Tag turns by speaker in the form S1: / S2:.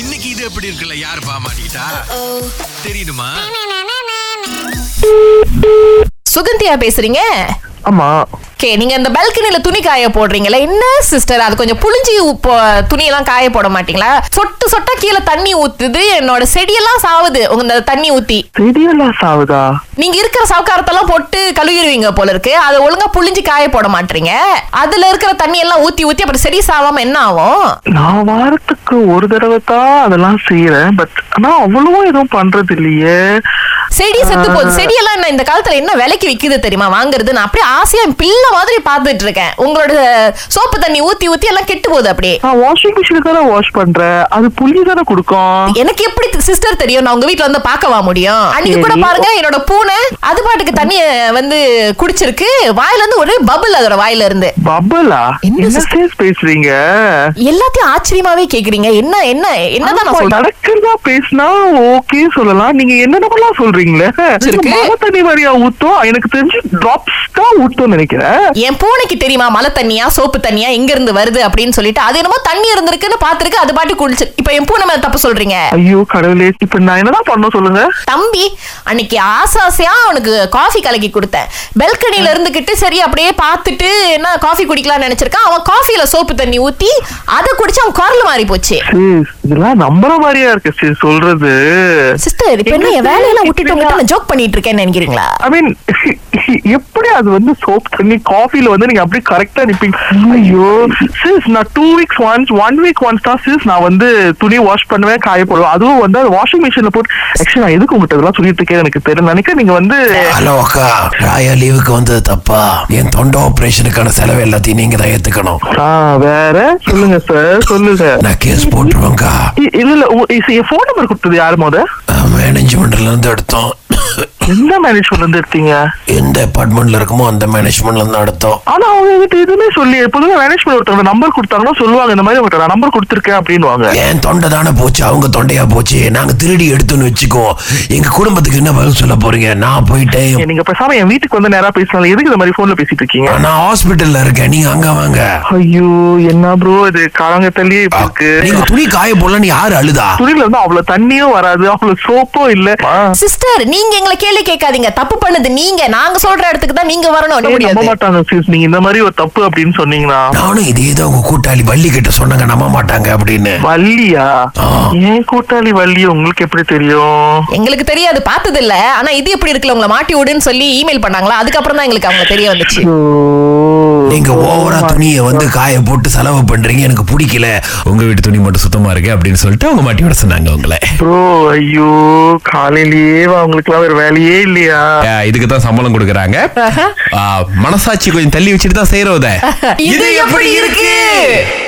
S1: இன்னைக்கு இது எப்படி இருக்குல்ல யார் பாமாட்டா தெரியுமா
S2: சுகந்தியா பேசுறீங்க
S3: ஆமா
S2: ஓகே நீங்க இந்த பால்கனில துணி காய போடுறீங்களா என்ன சிஸ்டர் அது கொஞ்சம் புளிஞ்சி போ- துணியெல்லாம் காய போட மாட்டீங்களா சொட்டு சொட்டா கீழே தண்ணி ஊத்துது என்னோட செடியெல்லாம் சாவுது உங்க இந்த தண்ணி ஊத்தி
S3: செடியெல்லாம் சாவுதா
S2: நீங்க இருக்கிற சவுக்காரத்தெல்லாம் போட்டு கழுவிடுவீங்க போல இருக்கு அதை ஒழுங்கா புளிஞ்சி காய போட மாட்டீங்க அதுல இருக்கிற தண்ணி எல்லாம் ஊத்தி ஊத்தி அப்புறம் செடி சாவாம என்ன ஆகும்
S3: நான் வாரத்துக்கு ஒரு தடவை தான் அதெல்லாம் செய்யறேன் பட் ஆனா அவ்வளவும் எதுவும் பண்றது இல்லையே
S2: செடி செத்து போகுது செடியெல்லாம் என்ன இந்த காலத்துல என்ன விலைக்கு விக்குது தெரியுமா வாங்குறது நான் அப்படியே ஆசையா பிள்ளை மாதிரி பார்த்துட்டு இருக்கேன் உங்களோட சோப்பு தண்ணி ஊத்தி ஊத்தி எல்லாம் கெட்டு போகுது அப்படியே
S3: நான் வாஷிங் மிஷின் தானே வாஷ் பண்றேன் அது புளி தானே கொடுக்கும்
S2: எனக்கு எப்படி சிஸ்டர் தெரியும் நான் உங்க வீட்ல வந்து பார்க்கவா முடியும் அன்னைக்கு கூட
S3: சரி.
S2: பாருங்க என்னோட பூனை அது பாட்டுக்கு தண்ணிய வந்து குடிச்சிருக்கு வாயில இருந்து ஒரே பபிள் அதோட வாயில இருந்து
S3: பப்பலா
S2: என்ன
S3: என்ன
S2: sister?
S3: சேஸ் பேசுறீங்க
S2: எல்லாத்தையும் ஆச்சரியமாவே கேக்குறீங்க என்ன என்ன என்னதான் நான்
S3: ஆமா,
S2: சொல்றேன்
S3: நடக்கிறதா பேசினா ஓகே சொல்லலாம் நீங்க என்னென்னலாம் சொல்றீங்களே
S2: இருக்கு.
S3: மழை தண்ணி வரையா ஊத்தும் எனக்கு தெரிஞ்சு டிராப்ஸ் தான் ஊத்தும் நினைக்கிறேன்
S2: என் பூனைக்கு தெரியுமா மழை தண்ணியா சோப்பு தண்ணியா எங்க இருந்து வருது அப்படின்னு சொல்லிட்டு அது என்னமோ தண்ணி இருந்திருக்குன்னு பாத்துருக்கு அது பாட்டு குடிச்சு இப்ப என் பூனை மேல தப்பு சொல்றீங்க
S3: ஐயோ கடவுளே இப்ப நான் என்னதான் பண்ணணும் சொல்லுங்க
S2: தம்பி அன்னைக்கு ஆசை ஆசையா அவனுக்கு காஃபி கலக்கி கொடுத்தேன் பெல்கனில இருந்துகிட்டு சரி அப்படியே பார்த்துட்டு என்ன காஃபி குடிக்கலாம்னு நினைச்சிருக்கான் அவன் காஃபில சோப்பு தண்ணி ஊத்தி அதை குடிச்சு அவன் குரல் மாறி போச்சு
S3: sis, இதெல்லாம் நம்புற மாதிரியா இருக்கு sis சொல்றது
S2: சிஸ்டர் இப்ப என்ன என் வேலையெல்லாம் விட்டுட்டு
S3: இப்படியா?
S2: உங்ககிட்ட நான் ஜோக் பண்ணிட்டு இருக்கேன்னு நினைக்கிறீங்களா
S3: ஐ மீன் எப்படி அது வந்து சோப் தண்ணி காஃபில வந்து நீங்க அப்படியே கரெக்டா நிப்பீங்க ஐயோ சிஸ் நான் two weeks once one week once தான் சிஸ் நான் வந்து துணி வாஷ் பண்ணுவேன் காய போடுவேன் அதுவும் வந்து அது வாஷிங் மிஷின்ல போட்டு ஆக்சுவலி நான் எதுக்கு உங்கள்கிட்ட இதெல்லாம் சொல்லிட்டு இருக்கேன் எனக்கு தெரியும் நினைக்க நீங்க வந்து
S4: ஹலோ அக்கா ராயா லீவுக்கு வந்தது தப்பா என் தொண்டை ஆபரேஷனுக்கான செலவு எல்லாத்தையும் நீங்க தான் ஏத்துக்கணும்
S3: ஆ, வேற சொல்லுங்க சார் சொல்லுங்க
S4: நான் கேஸ் போட்டுருவேன்க்கா
S3: இ- இல்ல இல்ல உ- இ- என் ஃபோன் நம்பர் கொடுத்தது யாரு மோத
S4: மேனேஜ்மெண்ட்ல இருந்து எடுத்தோம்
S3: எந்த மேனேஜ்மெண்ட்ல இருந்து எடுத்தீங்க
S4: எந்த அபார்ட்மெண்ட்ல இருக்குமோ அந்த மேனேஜ்மெண்ட்ல இருந்து எடுத்தோம்
S3: ஆனா அவங்க என்கிட்ட எதுவுமே சொல்லி பொதுவாக மேனேஜ்மெண்ட் ஒருத்தவங்க நம்பர் கொடுத்தாங்கன்னா சொல்லுவாங்க இந்த மாதிரி உங்கள்கிட்ட நான் நம்பர் கொடுத்துருக்கேன் அப்படின்னுவாங்க
S4: என் தொண்டை தானே போச்சு அவங்க தொண்டையா போச்சு நாங்க திருடி எடுத்தோம்னு வச்சுக்குவோம் எங்க குடும்பத்துக்கு என்ன பதில் சொல்ல போறீங்க நான் போயிட்டேன்
S3: ஏன் நீங்க பேசாம என் வீட்டுக்கு வந்து நேரா பேசலாம் எதுக்கு இந்த மாதிரி போன்ல பேசிட்டு இருக்கீங்க
S4: நான் ஹாஸ்பிட்டல்ல இருக்கேன் நீங்க அங்க வாங்க
S3: ஐயோ என்ன ப்ரோ இது காலங்க தள்ளி இருக்கு
S4: நீங்க துணி காய போடலன்னு யாரு அழுதா
S3: துணியில இருந்து அவ்வளவு தண்ணியும் வராது அவ்வளவு சோப்பும் இல்ல
S2: சிஸ்டர் நீங்க எங்களை கேள்வி கேட்காதீங்க தப்பு பண்ணது நீங்க நாங்க சொல்ற இடத்துக்கு தான் நீங்க வரணும் ஒண்ணு
S3: நம்ப
S2: முடியாது
S3: மாட்டாங்க sis. நீங்க இந்த மாதிரி ஒரு தப்பு அப்படின்னு சொன்னீங்கன்னா
S4: நானும் இதே தான் உங்க கூட்டாளி வள்ளி கிட்ட சொன்னாங்க நம்ப மாட்டாங்க அப்படின்னு
S3: வள்ளியா
S4: ஆ.
S3: ஏன் கூட்டாளி வள்ளி உங்களுக்கு எப்படி தெரியும்
S2: எங்களுக்கு தெரியாது பார்த்தது இல்ல ஆனா இது எப்படி இருக்குல்ல உங்களை மாட்டி விடுன்னு சொல்லி இமெயில் பண்ணாங்களா அதுக்கப்புறம் தான் எங்களுக்கு அவங்க தெரிய வந்துச்சு
S3: ஐயோ.
S4: நீங்க ஓவரா துணியை வந்து காய போட்டு செலவு பண்றீங்க எனக்கு பிடிக்கல உங்க வீட்டு துணி மட்டும் சுத்தமா இருக்கு அப்படின்னு சொல்லிட்டு அவங்க மாட்டி விட சொன்னாங்க உங்களை
S3: ப்ரோ ஐயோ காலையிலேயே அவங்களுக்கு எல்லாம் வேற வேலையே இல்லையா
S4: இதுக்கு தான் சம்பளம் கொடுக்கறாங்க மனசாட்சி கொஞ்சம் தள்ளி வச்சுட்டு தான் செய்யறோத
S2: இது எப்படி இருக்கு